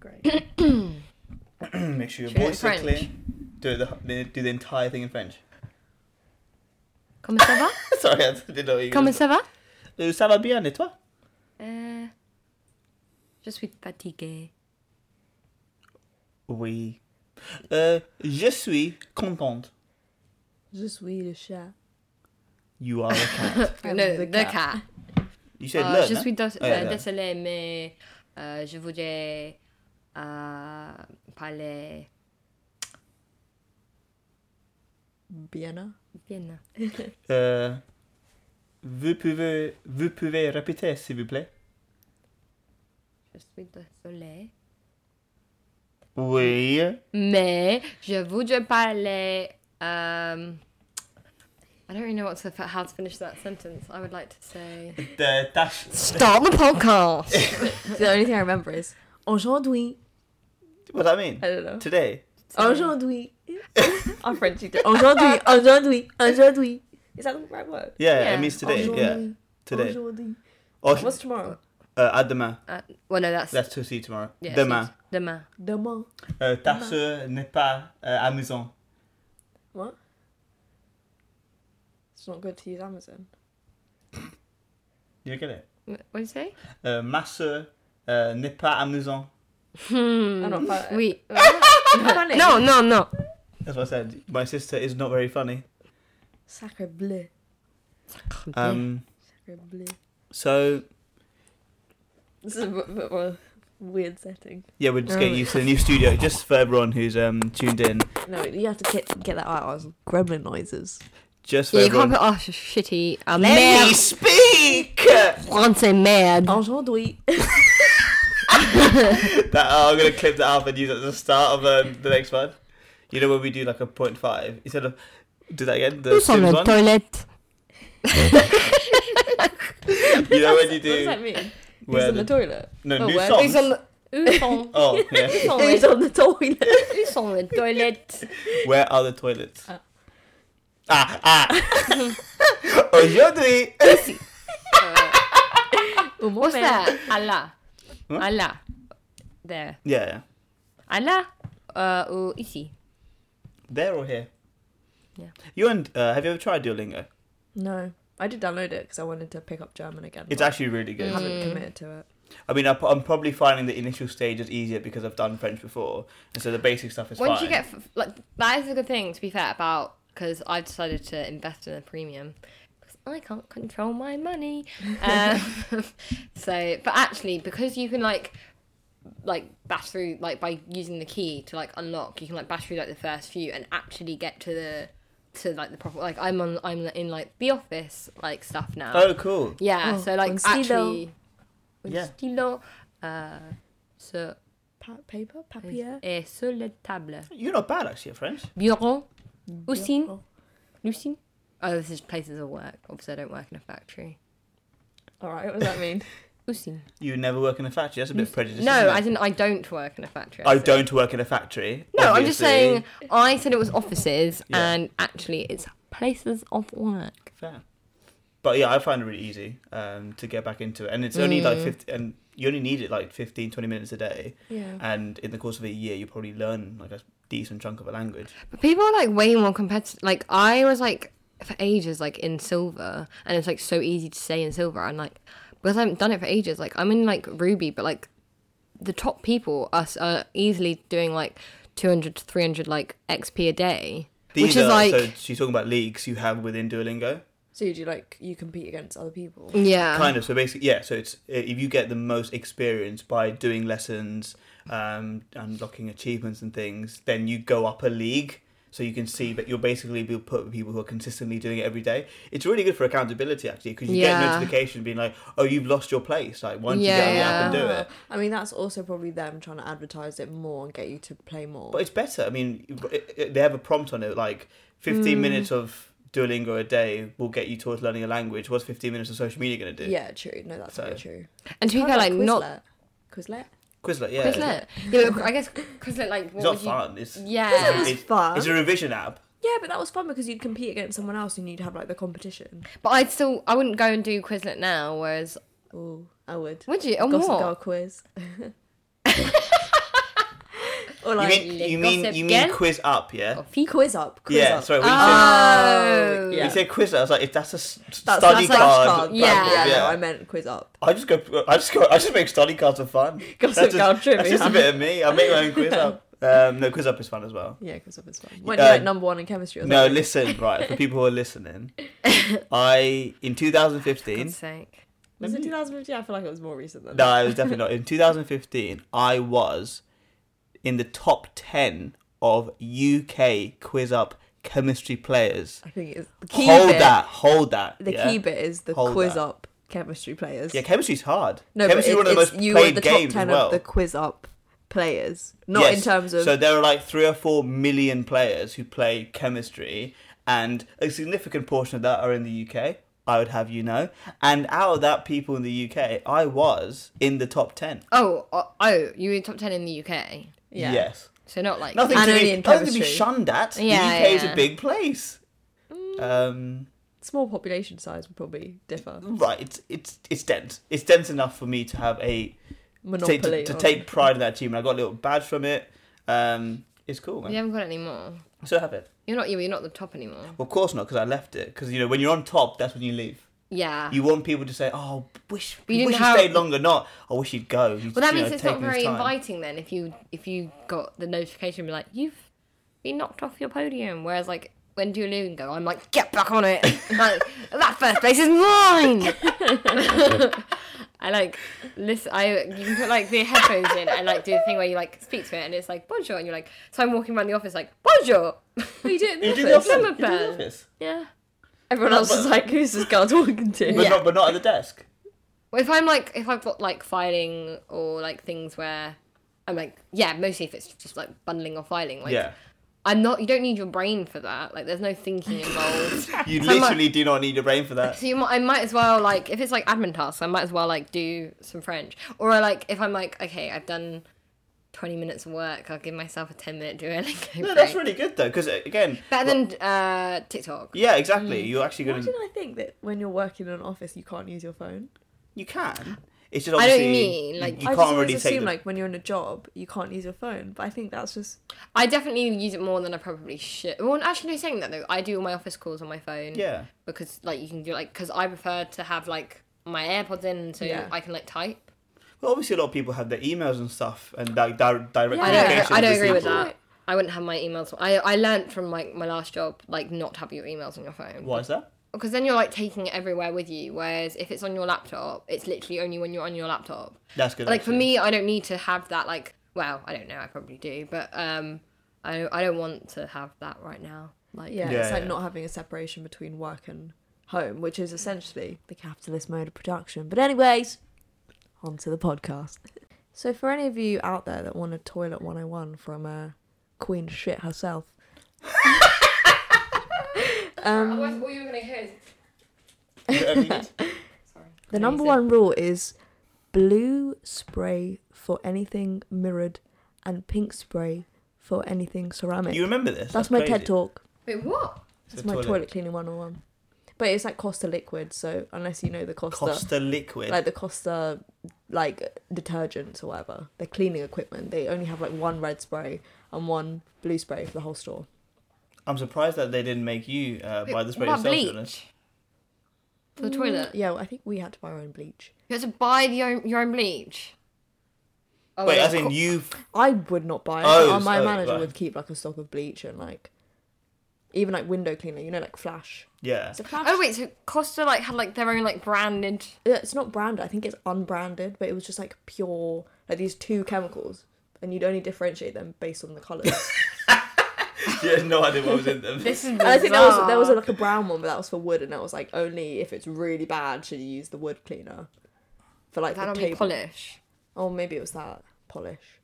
Great. Make sure your Should we do voice is clear. French? Do the, the do the entire thing in French. Comment ça va Sorry, I didn't know what you. Comment ça va Euh, Ça va bien et toi? Euh, Je suis fatiguée. Oui. Euh, je suis contente. Je suis le chat. You are a cat. Ah, Le, le cas. le cas. You said Euh, learn. je hein? suis dés- Ah, euh, learn. désolée, mais euh, je voudrais euh, parler Bienna. bien. Euh, vous pouvez vous pouvez répéter s'il vous plaît. Je suis désolée. Oui. Mais je voudrais parler. Um, I don't really know what to, how to finish that sentence. I would like to say. The dash. Stop the podcast! The only thing I remember is aujourd'hui. What I mean? I don't know. Today. Aujourd'hui. En French, you do. Aujourd'hui, aujourd'hui, aujourd'hui. Is that the right word? Yeah, Yeah. it means today. Yeah, Aujourd'hui. today. Aujourd'hui. Or What's tomorrow? uh, à demain. uh, well, no, that's. That's to see tomorrow. yeah, so demain. it's Demain. Demain. Euh, ta Demain. soeur n'est pas euh, à maison. What? It's not good to use Amazon. You get it? What do you say? Euh, ma soeur euh, n'est pas à maison. Hmm. I don't find it. Wait. Funny. no, no, no. That's what I said. My sister is not very funny. Sacre bleu. Um, Sacre bleu. so This is a bit, bit of a weird setting. yeah, we're just Oh. getting used to the new studio. Just for everyone who's um tuned in, No, you have to get, get that out. I was gremlin noises. just for Yeah, you can't everyone. put off shitty. Uh, Let me merde. Oh, speak. Français merde. Aujourd'hui. that oh, I'm gonna clip that up and use it at the start of um, the next one. You know when we do like a point five instead of do that again. The Nous sommes Sims aux one. toilettes. You know when you do What does that mean? Who's where on the the- toilet? no Oh, new where- songs. Nous sommes- Où sont- Oh yeah. Oh, Who's wait. on the toilet? où sont les toilettes? Where are the toilets? Ah. Ah ah. Aujourd'hui. Au moment. What's that? Euh, Allah. Huh? Allah. There. Yeah, yeah. Allah euh, ou ici. There or here. Yeah. You and uh, have you ever tried Duolingo? No. I did download it because I wanted to pick up German again. It's but actually really I good. Mm-hmm. haven't committed to it. I mean, I, am probably finding the initial stage is easier because I've done French before, and so the basic stuff is Once fine. you get f- like that is a good thing to be fair about because I've decided to invest in a premium because I can't control my money. Um, so, but actually, because you can like like bash through like by using the key to like unlock, you can like bash through like the first few and actually get to the to like the proper like I'm on I'm in like the office like stuff now. oh, cool. Yeah, Oh, so like un stylo. actually, un Yeah. stylo uh, sur, Pa- paper? Papier? et sur la table. You're not bad actually at French. Bureau, usine, Oh. usine. Oh, this is places of work. Obviously, I don't work in a factory. Alright, what does that mean? Usine. You never work in a factory. That's a bit prejudiced. No, isn't I it? didn't. I don't work in a factory. I said. don't work in a factory. No, I'm just obviously. saying. I said it was offices, Yeah. and actually, it's places of work. Fair. But yeah, I find it really easy um, to get back into it, and it's only Mm. like 50, and you only need it like 15, 20 minutes a day, Mm. yeah. and in the course of a year, you probably learn like a decent chunk of a language. But people are like way more competitive. Like I was like for ages like in silver, and it's like so easy to say in silver. And like because I haven't done it for ages, like I'm in like ruby, but like the top people are, s- are easily doing like 200 to 300 like XP a day, which is are- like so she's talking about leagues you have within Duolingo. So you do like, you compete against other people? yeah, kind of so basically yeah so it's uh, if you get the most experience by doing lessons um unlocking achievements and things then you go up a league so you can see that you'll basically be put with people who are consistently doing it every day it's really good for accountability actually because you get Yeah. a notification being like oh you've lost your place like why don't you Yeah, get on the app and yeah. do it I mean, that's also probably them trying to advertise it more and get you to play more. but it's better i mean it, it- they have a prompt on it like Hmm. 15 minutes of Duolingo a day will get you towards learning a language. What's 15 minutes of social media going to do? yeah, true. No, that's So- very true. and to be Kinda fair, like not Quizlet. Quizlet, yeah. Quizlet. Yeah, but I guess Quizlet like It's what not would you? fun. It's Yeah, Quizlet was It's- fun. It's a revision app. Yeah, but that was fun because you'd compete against someone else and you'd have like the competition. But I'd still I wouldn't go and do Quizlet now. Whereas Oh, I would. would you? On Gossip what? Girl quiz. or You like mean you mean Gossip you mean Girl? quiz up, yeah? quiz up. Quiz Yeah, up. sorry, when you Oh, Oh, You yeah. say quiz up, I was like, if that's a s- That's, study that's card, like card. Yeah. Yeah, yeah, yeah. No, I meant quiz up. I just go. I just go. I just make study cards for fun. Gossip that's just, Girl trivia. That's just a bit of me. I make my own quiz up. Um, no, quiz up is fun as well. Yeah, quiz up is fun. When Uh, you like number one in chemistry. Or No, something. listen, right for people who are listening, I in 2015. God's sake. was it 2015? I feel like it was more recent than No, it was definitely not. In 2015, I was in the top 10 of UK quiz up chemistry players. I think it's the key Hold bit. that, hold that. The yeah? key bit is the Hold quiz that. up chemistry players. Yeah, chemistry's hard. no, but chemistry's it, one of the it's most you were played the top games as ten well. of the quiz up players, not in Yes. terms of So there are like three or four million players who play chemistry, and a significant portion of that are in the UK. I would have you know, and out of that people in the UK, I was in the top ten. Oh, oh, oh, you were in top ten in the UK, yeah. Yes. so not like Nothing And to, only be, in nothing to be chemistry. shunned at. Yeah, the UK is yeah. a big place. Um, small population size would probably differ. right, it's, it's it's dense. It's dense enough for me to have a to, Monopoly take- to, to on- take pride in that achievement. I got a little badge from it. Um, it's cool, man. You haven't got any more. I still have it. You're not you. You're not the top anymore. Well, of course not, because I left it. Because you know, when you're on top, that's when you leave. Yeah. You want people to say, "Oh, wish But you wish didn't you have- stayed longer." Not, "I wish you'd go." You, well, that you means know, it's not taking his very time. inviting then. If you if you got the notification, be like, you've been knocked off your podium. Whereas like when do you go? I'm like, get back on it. like that first place is mine. I like listen. I you can put like the headphones in and like do the thing where you like speak to it and it's like bonjour and you're like. So I'm walking around the office like bonjour. But you did it You in the do the office. office. You do Summer the office. yeah. Everyone else is like, who's this girl talking to? But Yeah. not, but not at the desk. Well, if I'm like, if I've got like filing or like things where I'm like, yeah, mostly if it's just like bundling or filing, like yeah, I'm not, you don't need your brain for that. Like there's no thinking involved. you so I'm like- literally do not need your brain for that. so you might, I might as well like, if it's like admin tasks, I might as well like do some French or I like, if I'm like, okay, I've done 20 minutes of work, I'll give myself a 10 minute Duolingo No, break. that's really good though, because again, Better than uh, TikTok. yeah, exactly. Mm. You're actually Why gonna, did I think that when you're working in an office you can't use your phone? you can. It's just I don't obviously mean, you- like- you I just can't always really take. assume The, like when you're in a job you can't use your phone, but I think that's just I definitely use it more than I probably should. Well, actually, no, saying that though, I do all my office calls on my phone. yeah, because like you can do like because I prefer to have like my AirPods in so Yeah. I can like type. well, obviously a lot of people have their emails and stuff and like di- direct. Yeah. I don't. communication Agree, I don't with agree with people. that. I wouldn't have my emails. I I learned from like my last job like not to have your emails on your phone. Why is that? Because then you're like taking it everywhere with you. Whereas if it's on your laptop, it's literally only when you're on your laptop. That's good. Like for actually. me, I don't need to have that. Like well, I don't know. I probably do, but um, I I don't want to have that right now. Like yeah, Yeah, it's like yeah. not having a separation between work and home, which is essentially Mm. the capitalist mode of production. But anyways, on to the podcast. So for any of you out there that want a toilet 101 from uh, Queen Shit herself, Otherwise, all you're gonna hear is Whatever you need. sorry. The number one rule is blue spray for anything mirrored and pink spray for anything ceramic. you remember this? That's, my crazy. TED talk. Wait, what? That's The my toilet. cleaning 101. But it's like Costa liquid, so unless you know the Costa, Costa liquid. like the Costa like detergents or whatever, the cleaning equipment, they only have like one red spray and one blue spray for the whole store. I'm surprised that they didn't make you uh, buy the spray What yourself. to about be honest. bleach? For the toilet. Yeah, well, I think we had to buy our own bleach. You have to buy the own, your own bleach. Oh, Wait, yeah, as in co- you I would not buy it. Oh, Uh, my so- manager right. would keep like a stock of bleach and like even like window cleaner, you know, like Flash. Yeah. It's a Flash. Oh wait, so Costa like had like their own like branded. Yeah, it's not branded. I think it's unbranded, but it was just like pure like these two chemicals, and you'd only differentiate them based on the colours. You had no idea what was in them. This is and I think there was there was bizarre. like a brown one, but that was for wood, and that was like only if it's really bad should you use the wood cleaner for like that the on table. polish. oh, maybe it was that polish.